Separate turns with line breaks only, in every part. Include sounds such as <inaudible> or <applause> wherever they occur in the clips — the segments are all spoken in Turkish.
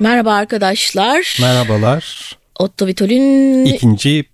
Merhaba arkadaşlar.
Merhabalar.
Otto Vitol'ün
İkinci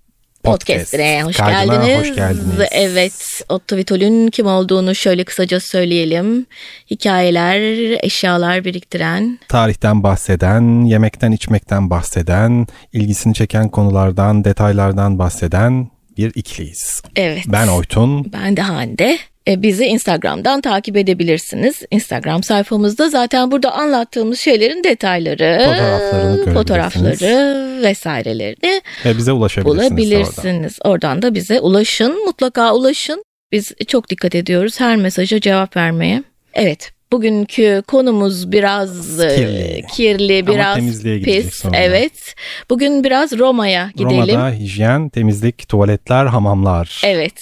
podcast.
podcast'ine hoş
Kaydına
geldiniz.
Hoş geldiniz.
Evet, Otto Vitol'ün kim olduğunu şöyle kısaca söyleyelim. Hikayeler, eşyalar biriktiren.
Tarihten bahseden, yemekten içmekten bahseden, ilgisini çeken konulardan, detaylardan bahseden bir ikiliyiz.
Evet.
Ben Oytun.
Ben de Hande. E, bizi Instagram'dan takip edebilirsiniz. Instagram sayfamızda zaten burada anlattığımız şeylerin detayları,
Fotoğraflarını görebilirsiniz.
fotoğrafları vesairelerini
Ve bize ulaşabilirsiniz. oradan.
bulabilirsiniz. Oradan da bize ulaşın, mutlaka ulaşın. Biz çok dikkat ediyoruz her mesaja cevap vermeye. Evet, bugünkü konumuz biraz e,
Kirli.
kirli
Ama
biraz
temizliğe gidecek
pis.
sonra.
Evet. Bugün biraz Roma'ya gidelim.
Roma'da hijyen, temizlik, tuvaletler, hamamlar.
Evet.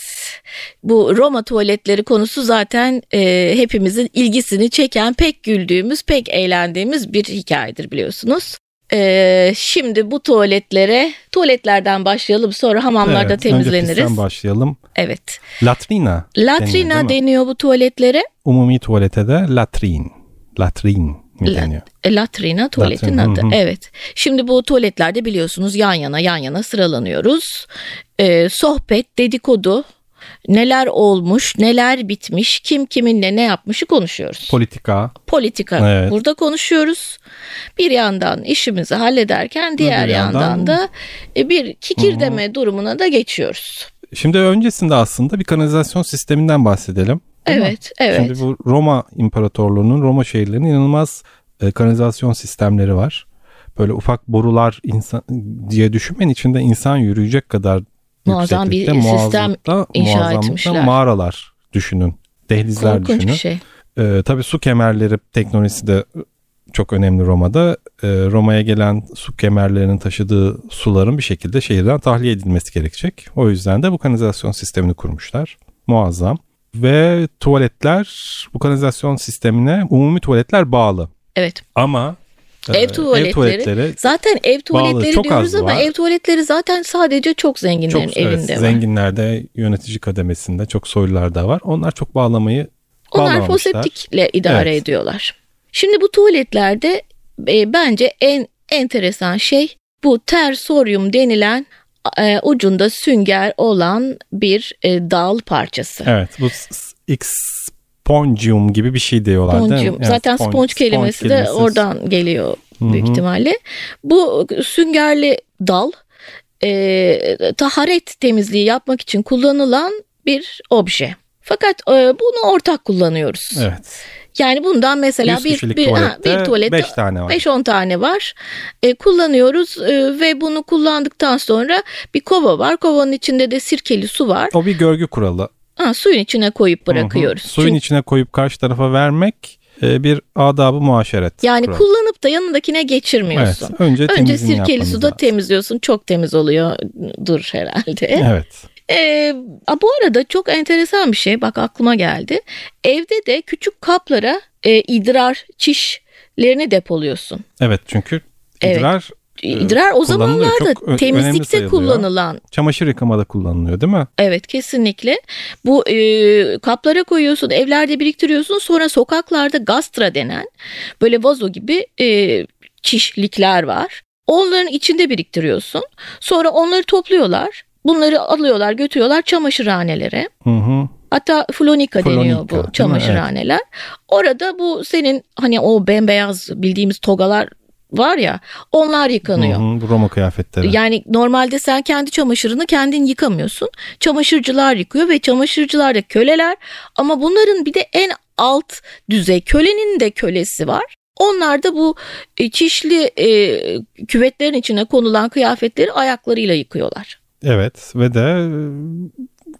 Bu Roma tuvaletleri konusu zaten e, hepimizin ilgisini çeken, pek güldüğümüz, pek eğlendiğimiz bir hikayedir biliyorsunuz. E, şimdi bu tuvaletlere, tuvaletlerden başlayalım sonra hamamlarda
Evet, Önce
temizleniriz.
pisten başlayalım.
Evet.
Latrina.
Latrina
deniyor, değil mi?
deniyor bu tuvaletlere.
Umumi tuvalete de latrin. Latrin mi
La-
deniyor?
e, Latrina tuvaletin
Latrina,
adı.
hı hı.
Evet. Şimdi bu tuvaletlerde biliyorsunuz yan yana yan yana sıralanıyoruz. E, sohbet, dedikodu, neler olmuş, neler bitmiş, kim kiminle ne yapmışı konuşuyoruz.
Politika.
Politika
Evet.
burada konuşuyoruz. Bir yandan işimizi hallederken diğer
bir
yandan,
yandan-
da e, bir kikirdeme durumuna da geçiyoruz.
Şimdi öncesinde aslında bir kanalizasyon sisteminden bahsedelim. Değil mi?
Evet, evet.
Şimdi bu Roma İmparatorluğu'nun Roma şehirlerinin inanılmaz e, kanalizasyon sistemleri var. Böyle ufak borular insan diye düşünmeyin içinde insan yürüyecek kadar
Muazzam bir
yükseklikte,
sistem
muazzamlıkta-
inşa
muazzamlıkta
etmişler.
Mağaralar düşünün. Dehlizler
Korkunç
düşünün.
bir şey.
Ee, tabii su kemerleri teknolojisi de çok önemli Roma'da. Ee, Roma'ya gelen su kemerlerinin taşıdığı suların bir şekilde şehirden tahliye edilmesi gerekecek. O yüzden de bu kanalizasyon sistemini kurmuşlar. Muazzam. Ve tuvaletler bu kanalizasyon sistemine umumi tuvaletler bağlı.
Evet.
Ama e,
Ev tuvaletleri Zaten ev tuvaletleri
Çok az
diyoruz ama
var.
ev tuvaletleri zaten sadece çok
çok
zenginlerin
evet,
evinde var.
zenginlerde, yönetici kademesinde, çok soylularda var. Onlar çok bağlamayı
Onlar
bağlamamışlar.
foseptikle idare
Evet.
ediyorlar. Şimdi bu tuvaletlerde e, bence en enteresan şey bu tersoryum denilen e, ucunda sünger olan bir e, dal parçası.
Evet bu s- s- expongium gibi bir şey diyorlar değil
Spongium.
mi? Evet,
Zaten
spon-
sponge,
sponge
kelimesi de
kelimesi.
oradan geliyor
Hı
büyük
hı.
ihtimalle. Bu süngerli dal e, taharet temizliği yapmak için kullanılan bir obje. Fakat e, bunu ortak kullanıyoruz.
Evet.
Yani bundan mesela
100
bir
kişilik
bir, ha,
tuvalette
bir tuvalette
5 tane var.
5-10 tane var. E, kullanıyoruz e, ve bunu kullandıktan sonra bir kova var. Kovanın içinde de sirkeli su var.
O bir görgü kuralı.
Ha, suyun içine koyup
Hı hı.
bırakıyoruz.
Suyun
Çünkü-
içine koyup karşı tarafa vermek e, bir adabı muaşeret.
yani
kuralı.
kullanıp da yanındakine geçirmiyorsun.
Evet, önce
Önce
temizliğini
sirkeli
yapmanız
suda
lazım.
temizliyorsun. Çok temiz oluyor dur herhalde.
Evet.
Ee, a, bu arada çok enteresan bir şey. Bak aklıma geldi. Evde de küçük kaplara e, idrar, çişlerini depoluyorsun.
Evet çünkü
Evet.
idrar Evet,
İdrar o
kullanılıyor. Çok ö-
zamanlarda
önemli
temizlikte
sayılıyor.
kullanılan.
çamaşır yıkamada kullanılıyor değil mi?
Evet kesinlikle. Bu e, kaplara koyuyorsun, evlerde biriktiriyorsun. Sonra sokaklarda gastra denen böyle vazo gibi e, çişlikler var. Onların içinde biriktiriyorsun. Sonra onları topluyorlar. Bunları alıyorlar, götürüyorlar çamaşırhanelere.
Hı hı.
Hatta flonika,
Flonika,
deniyor
değil mi?
bu çamaşırhaneler. Orada bu senin hani o bembeyaz bildiğimiz togalar var ya onlar yıkanıyor.
Hı hı, Bu Roma kıyafetleri.
Yani normalde sen kendi çamaşırını kendin yıkamıyorsun. Çamaşırcılar yıkıyor ve çamaşırcılar da köleler ama bunların bir de en alt düzey kölenin de kölesi var. Onlar da bu e, çişli e, küvetlerin içine konulan kıyafetleri ayaklarıyla yıkıyorlar. <laughs>
Evet ve de e,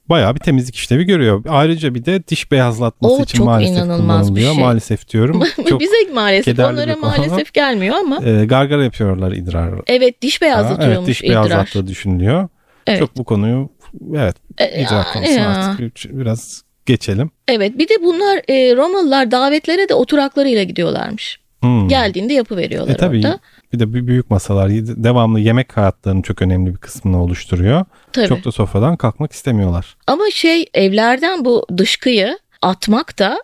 bayağı bir temizlik işlevi görüyor. Ayrıca bir de diş beyazlatması
O
için
çok
maalesef
inanılmaz bir
kullanılıyor.
şey. <laughs>
Maalesef diyorum. çok
Bize maalesef
kederli
onlara
bir konu ama-
maalesef gelmiyor ama
e, gargara yapıyorlar idrar.
evet diş
evet
beyazlatıyormuş
diş
idrar.
beyazlattığı düşünülüyor.
Evet.
Çok bu konuyu evet
E,
idrar
yani
konusunu
ya.
artık biraz geçelim.
Evet bir de bunlar e, Romalılar davetlere de oturaklarıyla gidiyorlarmış.
Hmm.
Geldiğinde yapıveriyorlar
E tabii
orada.
bir de bir büyük masalar devamlı yemek hayatlarının çok önemli bir kısmını oluşturuyor.
Tabii.
Çok da sofradan kalkmak istemiyorlar.
Ama şey evlerden bu dışkıyı atmak da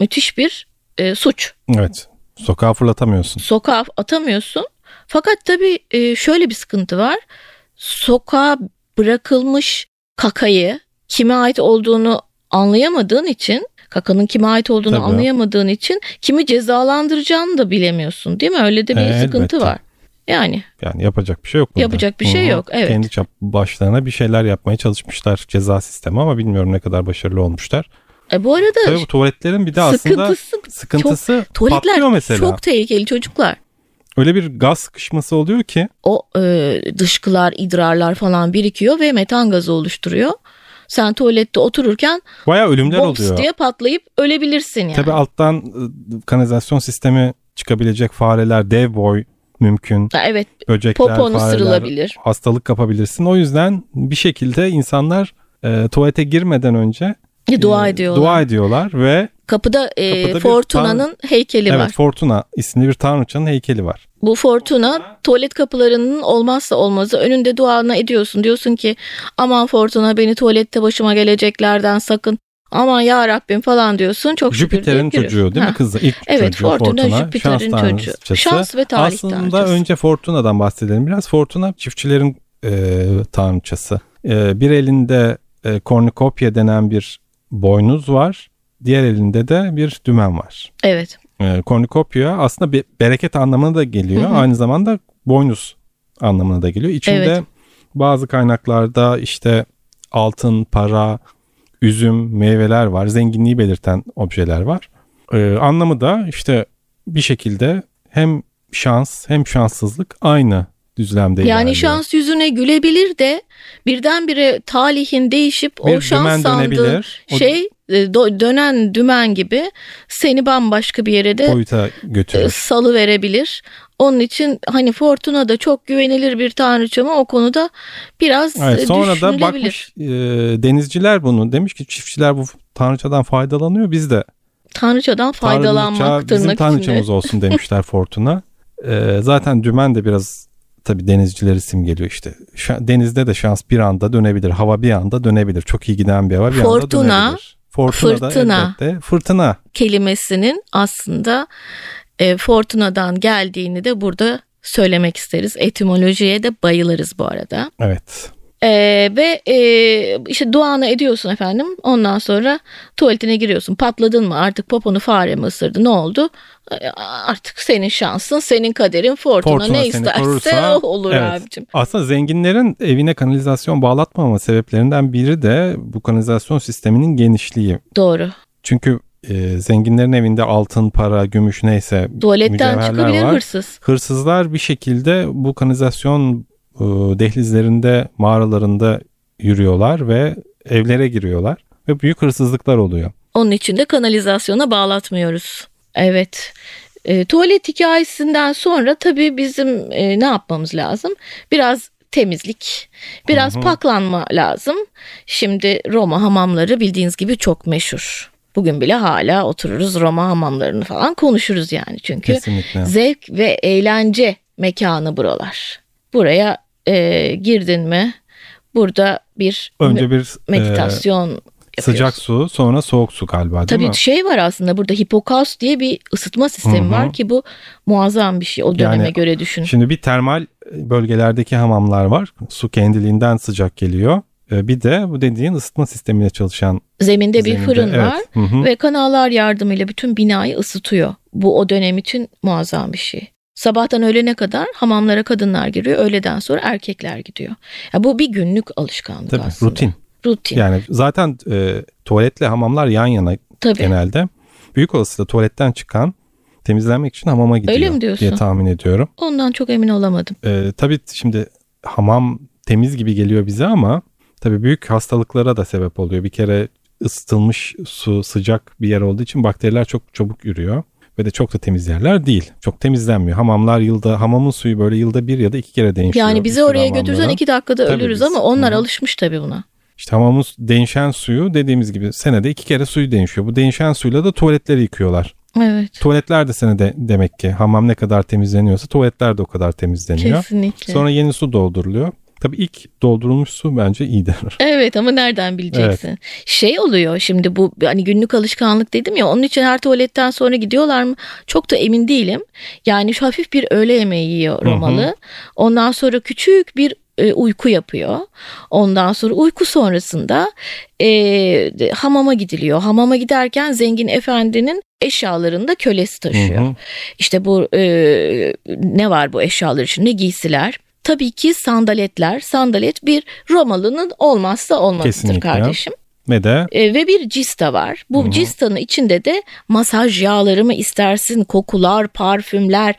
müthiş bir e, suç.
Evet. Sokağa fırlatamıyorsun.
sokağa atamıyorsun. Fakat tabii e, şöyle bir sıkıntı var. Sokağa bırakılmış kakayı kime ait olduğunu anlayamadığın için kakanın kime ait olduğunu
Tabii.
anlayamadığın için kimi cezalandıracağını da bilemiyorsun değil mi? Öyle de bir
E,
sıkıntı
elbette.
var. Yani
Yani yapacak bir şey yok. Bunda.
Yapacak bir şey
Hı hı.
yok, evet.
Kendi çap başlarına bir şeyler yapmaya çalışmışlar ceza sistemi ama bilmiyorum ne kadar başarılı olmuşlar.
e, bu arada
Tabii bu tuvaletlerin bir de aslında
sıkıntısı
sıkıntısı patlıyor
tuvaletler
mesela.
çok tehlikeli çocuklar.
Öyle bir gaz sıkışması oluyor ki
o e, dışkılar, idrarlar falan birikiyor ve metan gazı oluşturuyor. Sen tuvalette otururken
bayağı ölümler
bops
oluyor.
diye patlayıp ölebilirsin yani.
Tabii alttan e, kanalizasyon sistemi çıkabilecek fareler, dev boy mümkün.
Ha, evet,
Böcekler,
popon
fareler,
ısırılabilir.
hastalık kapabilirsin. O yüzden bir şekilde insanlar e, tuvalete girmeden önce
E, Dua
e,
ediyorlar.
Dua ediyorlar ve
Kapıda, e,
Kapıda bir
Fortuna'nın heykeli
evet
var.
Fortuna isimli bir tanrıçanın heykeli var.
Bu Fortuna tuvalet kapılarının olmazsa olmazı. Önünde duana ediyorsun. Diyorsun ki aman Fortuna beni tuvalette başıma geleceklerden sakın. Aman ya Rabbim falan diyorsun. Çok şükür
Jüpiter'in
deyip giriyorsun.
çocuğu değil mi
Ha.
kızı? İlk
Evet,
çocuğu
Fortuna, Jüpiter'in
şans
çocuğu.
tanrıçası.
Şans ve talih
Aslında
tanrıçası.
önce Fortuna'dan bahsedelim biraz. Fortuna çiftçilerin e, tanrıçası. E, bir elinde e, kornikopya denen bir boynuz var. Diğer elinde de bir dümen var.
Evet.
E, kornikopya aslında bir bereket anlamına da geliyor.
Hı hı.
Aynı zamanda boynuz anlamına da geliyor. İçinde
Evet.
bazı kaynaklarda işte altın, para, üzüm, meyveler var. Zenginliği belirten objeler var. E, anlamı da işte bir şekilde hem şans hem şanssızlık aynı düzlemde ilerliyor.
Yani şans yüzüne gülebilir de birdenbire talihin değişip
Bir
o şans
dümen
sandığın
dönebilir. o
şey e, do- dönen dümen gibi seni bambaşka bir yere de
boyuta götürür.
salı verebilir. Onun için hani Fortuna da çok güvenilir bir tanrıça mı o konuda biraz
Evet,
e,
sonra da
düşünülebilir.
bakmış e, denizciler bunu demiş ki çiftçiler bu tanrıçadan faydalanıyor biz de
Tanrıçadan faydalanmak
tanrıça bizim
tırnak içinde.
tanrıçamız olsun
<laughs>
demişler Fortuna. Ee, zaten dümen de biraz tabii denizcileri simgeliyor işte. Şa- denizde de şans bir anda dönebilir. Hava bir anda dönebilir. Çok iyi giden bir hava bir
Fortuna,
anda dönebilir. Fortuna,
fırtına.
da elbette fırtına.
kelimesinin aslında e, Fortuna'dan geldiğini de burada söylemek isteriz. Etimolojiye de bayılırız bu arada.
Evet.
Ee, ve e, işte duanı ediyorsun efendim. Ondan sonra tuvaletine giriyorsun. Patladın mı artık poponu fare mi ısırdı ne oldu? Ee, Artık senin şansın, senin kaderin, fortuna,
Fortuna
ne
seni
isterse
korursa,
<laughs> o olur
evet.
abicim.
Aslında zenginlerin evine kanalizasyon bağlatmama sebeplerinden biri de bu kanalizasyon sisteminin genişliği.
Doğru.
Çünkü e, zenginlerin evinde altın, para, gümüş neyse
Tuvaletten
Mücevherler
çıkabilir
var.
hırsız.
Hırsızlar bir şekilde bu kanalizasyon e, dehlizlerinde, mağaralarında yürüyorlar ve evlere giriyorlar ve büyük hırsızlıklar oluyor.
Onun için de kanalizasyona bağlatmıyoruz. Evet. E, tuvalet hikayesinden sonra tabii bizim e, ne yapmamız lazım? Biraz temizlik, biraz
Hı hı.
paklanma lazım. Şimdi Roma hamamları bildiğiniz gibi çok meşhur. Bugün bile hala otururuz Roma hamamlarını falan konuşuruz yani çünkü
Kesinlikle.
zevk ve eğlence mekanı buralar. Buraya e, girdin mi? Burada bir
Önce
me-
bir e,
meditasyon yapıyorsun.
sıcak su, sonra soğuk su galiba değil
Tabii
mi?
şey var aslında burada hipokaust diye bir ısıtma sistemi
Hı hı.
var ki bu muazzam bir şey o döneme
Yani-
göre düşün.
Şimdi bir termal e, bölgelerdeki hamamlar var. Su kendiliğinden sıcak geliyor. E, Bir de bu dediğin ısıtma sistemiyle çalışan
Zeminde bir
zeminde-
fırın
evet.
var
Hı hı.
ve kanallar yardımıyla bütün binayı ısıtıyor. Bu o dönem için muazzam bir şey. Sabahtan öğlene kadar hamamlara kadınlar giriyor, öğleden sonra erkekler gidiyor. Ya bu bir günlük alışkanlık
Tabii
aslında.
rutin.
Rutin.
Yani zaten e, tuvaletle hamamlar yan yana
Tabii.
genelde. Büyük olasılıkla tuvaletten çıkan temizlenmek için hamama gidiyor
Öyle mi diyorsun?
diye tahmin ediyorum.
Ondan çok emin olamadım.
Ee, tabii şimdi hamam temiz gibi geliyor bize ama tabii büyük hastalıklara da sebep oluyor. Bir kere ısıtılmış su sıcak bir yer olduğu için bakteriler çok çabuk yürüyor. Ve de çok da temiz yerler değil. Çok temizlenmiyor. Hamamlar yılda, hamamın suyu böyle yılda bir ya da iki kere değişiyor.
Yani
bir
bizi
sürü
oraya
hamamlara.
götürsen iki dakikada
Tabii
ölürüz
biz-
ama onlar
Hı hı.
alışmış tabii buna.
İşte hamamın su- değişen suyu dediğimiz gibi senede iki kere suyu değişiyor. Bu değişen suyla da tuvaletleri yıkıyorlar.
Evet.
Tuvaletler de senede demek ki hamam ne kadar temizleniyorsa tuvaletler de o kadar temizleniyor.
Kesinlikle.
Sonra yeni su dolduruluyor. Tabii ilk doldurulmuş su bence iyidir. <laughs>
Evet ama nereden bileceksin? Şey oluyor şimdi bu hani günlük alışkanlık dedim ya onun için her tuvaletten sonra gidiyorlar mı? Çok da emin değilim. Yani şu hafif bir öğle yemeği yiyor
hı.
Romalı. Ondan sonra küçük bir e, uyku yapıyor. Ondan sonra uyku sonrasında e, de- hamama gidiliyor. Hamama giderken zengin efendinin eşyalarını da kölesi taşıyor.
Hı hı.
İşte bu e, ne var bu eşyalar içinde giysiler. Tabii ki sandaletler. Sandalet bir Romalı'nın olmazsa olmazıdır
Kesinlikle.
kardeşim.
Ve de
E, ve bir cista var. Bu
Hı hı.
cistanın içinde de masaj yağları mı istersin, kokular, parfümler,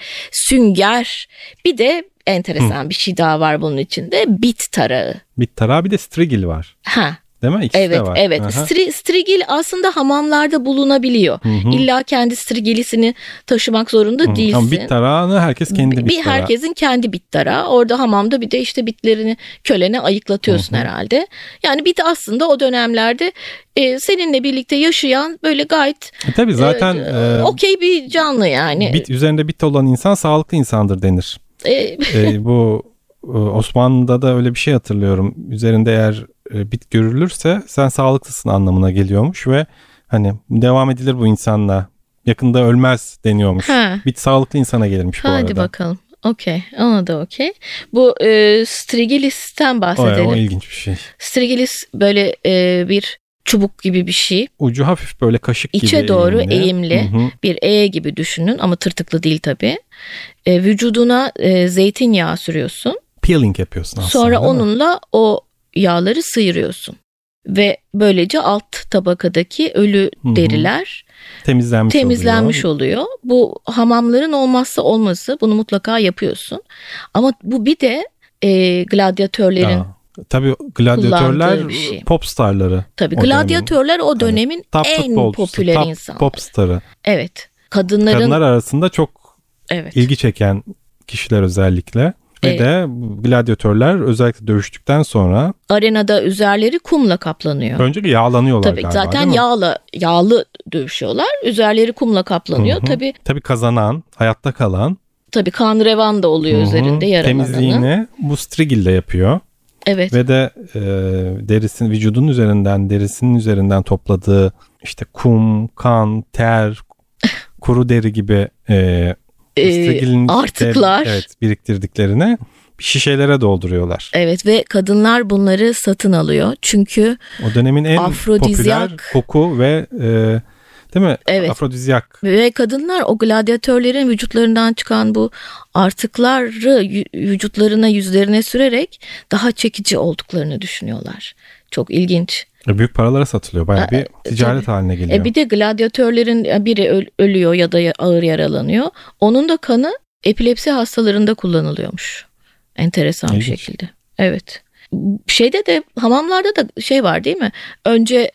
sünger. Bir de enteresan bir şey daha var bunun içinde. Bit tarağı.
bir tarağı bir de strigil var.
Ha,
Değil mi? İkisi
evet,
de var.
evet.
Aha.
Stri- strigil aslında hamamlarda bulunabiliyor.
Hı hı.
İlla kendi strigilisini taşımak zorunda
Hı.
değilsin.
Ama bit tarağını herkes kendi
bir
bit tarağı.
herkesin kendi bit tarağı. Orada hamamda bir de işte bitlerini kölene ayıklatıyorsun herhalde. Yani bit aslında o dönemlerde e, seninle birlikte yaşayan böyle gayet
E tabii zaten
e,
e,
okey bir canlı yani.
bit üzerinde bit olan insan sağlıklı insandır denir.
E,
E, bu e, Osmanlı'da da öyle bir şey hatırlıyorum. Üzerinde eğer e, bit görülürse sen sağlıklısın anlamına geliyormuş ve hani devam edilir bu insanla. Yakında ölmez deniyormuş.
ha.
Bit sağlıklı insana gelirmiş bu
Hadi
arada.
bakalım. Okey. Ona da okey. Bu e, Strigilis'ten
O,
bahsedelim.
o ilginç bir şey.
Strigilis böyle e, bir çubuk gibi bir şey.
Ucu hafif böyle kaşık gibi.
İçe doğru eğimli.
Hı hı.
bir E gibi düşünün ama tırtıklı değil tabii. E, vücuduna e, zeytinyağı sürüyorsun.
Peeling yapıyorsun aslında.
Sonra
değil mi?
onunla o yağları sıyırıyorsun. Ve böylece alt tabakadaki ölü
Hı hı.
deriler
temizlenmiş,
temizlenmiş
oluyor.
oluyor. Bu hamamların olmazsa olması bunu mutlaka yapıyorsun. Ama bu bir de e, gladyatörlerin
Aa, Tabii gladyatörler
kullandığı bir şey.
popstarları.
tabii
O
gladyatörler o dönemin
Top
en
futbolcusu,
popüler
top
insan.
popstarı.
Evet. Kadınların
Kadınlar arasında çok
evet.
ilgi çeken kişiler özellikle. Ve
Evet.
de gladyatörler özellikle dövüştükten sonra
arenada üzerleri kumla kaplanıyor.
önce yağlanıyorlar
Tabii
galiba
zaten
değil mi?
yağla yağlı dövüşüyorlar. Üzerleri kumla kaplanıyor.
Hı hı.
Tabii
Tabii kazanan, hayatta kalan
tabii kan revan da oluyor
hı hı,
üzerinde yaralananın.
temizliğini bu strigil de yapıyor.
Evet.
Ve de e, derisin vücudun üzerinden derisinin üzerinden topladığı işte kum, kan,
<laughs>
ter, kuru deri gibi e,
Ee,
strigilin de-
artıklar. evet.
evet, biriktirdiklerini şişelere dolduruyorlar.
ve kadınlar bunları satın alıyor. Çünkü
O dönemin en
Afrodizyak.
popüler koku ve e, değil mi?
Evet.
Afrodizyak.
ve kadınlar o gladyatörlerin vücutlarından çıkan bu artıkları yü- vücutlarına yüzlerine sürerek daha çekici olduklarını düşünüyorlar. Çok ilginç.
E, Büyük paralara satılıyor. Bayağı bir ticaret haline geliyor.
E bir de gladyatörlerin e, biri öl- ölüyor ya da ya- ağır yaralanıyor. Onun da kanı epilepsi hastalarında kullanılıyormuş. Enteresan bir
İlginç.
şekilde. Evet. Şeyde de hamamlarda da şey var değil mi? Önce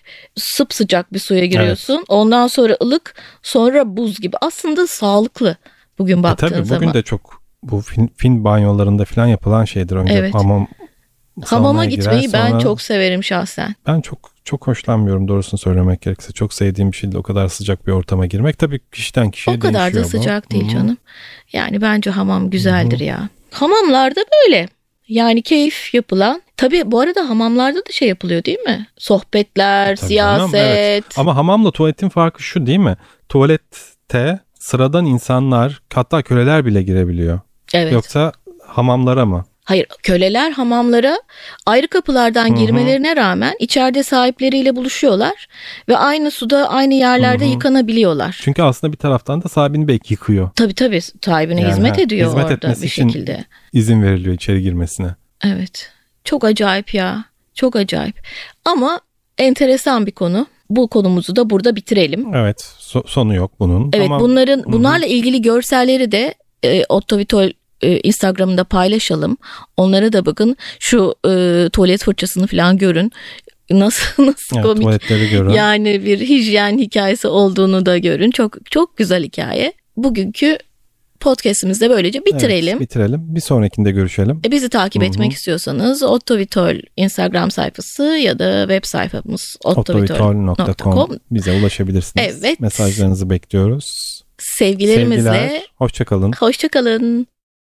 sıcak bir suya giriyorsun. Ondan sonra ılık, sonra buz gibi. Aslında sağlıklı bugün
E,
baktığın
tabii bugün
zaman.
de çok bu fin, fin banyolarında falan yapılan şeydir önce
Evet.
hamam
Hamama
salonuna
gitmeyi
girer,
ben
sonra-
çok severim şahsen.
ben çok çok hoşlanmıyorum doğrusunu söylemek gerekirse. Çok sevdiğim bir şey değil o kadar sıcak bir ortama girmek. Tabii kişiden kişiye
O kadar da
değişiyor Şey bu.
sıcak değil
Hı.
canım. Yani bence hamam güzeldir ya. Hamamlarda böyle. Yani keyif yapılan. Tabii bu arada hamamlarda da şey yapılıyor değil mi? Sohbetler,
E, Tabii canım,
siyaset.
evet. Ama hamamla tuvaletin farkı şu değil mi? Tuvalette sıradan insanlar hatta köleler bile girebiliyor.
Evet.
Yoksa hamamlara mı?
Hayır, köleler hamamlara ayrı kapılardan
Hı hı.
girmelerine rağmen içeride sahipleriyle buluşuyorlar ve aynı suda aynı yerlerde
Hı hı.
yıkanabiliyorlar.
Çünkü aslında bir taraftan da sahibini belki yıkıyor.
Tabii tabii sahibine
Yani
hizmet
ha,
ediyor
hizmet
orada
etmesi
bir
için-
şekilde.
İzin veriliyor içeri girmesine.
Evet. Çok acayip ya. Çok acayip. Ama enteresan bir konu. Bu konumuzu da burada bitirelim.
Evet so- sonu yok bunun.
Evet,
Hamam-
bunların
hı.
bunlarla ilgili görselleri de e, Otto Vitol e, Instagram'da paylaşalım. Onlara da bakın. Şu e, tuvalet fırçasını falan görün. <laughs> Nasıl nasıl
Evet,
komik.
tuvaletleri görün.
Yani bir hijyen hikayesi olduğunu da görün. Çok çok güzel hikaye. Bugünkü podcast'imizde böylece
Evet,
bitirelim.
bitirelim. Bir sonrakinde görüşelim.
E, Bizi takip
Hı hı.
etmek istiyorsanız Otto Vitol Instagram sayfası ya da web sayfamız ottovitol.
Ottovitol.com bize ulaşabilirsiniz.
Evet.
Mesajlarınızı bekliyoruz.
Sevgilerimizle
Sevgiler. Hoşçakalın.
hoşçakalın.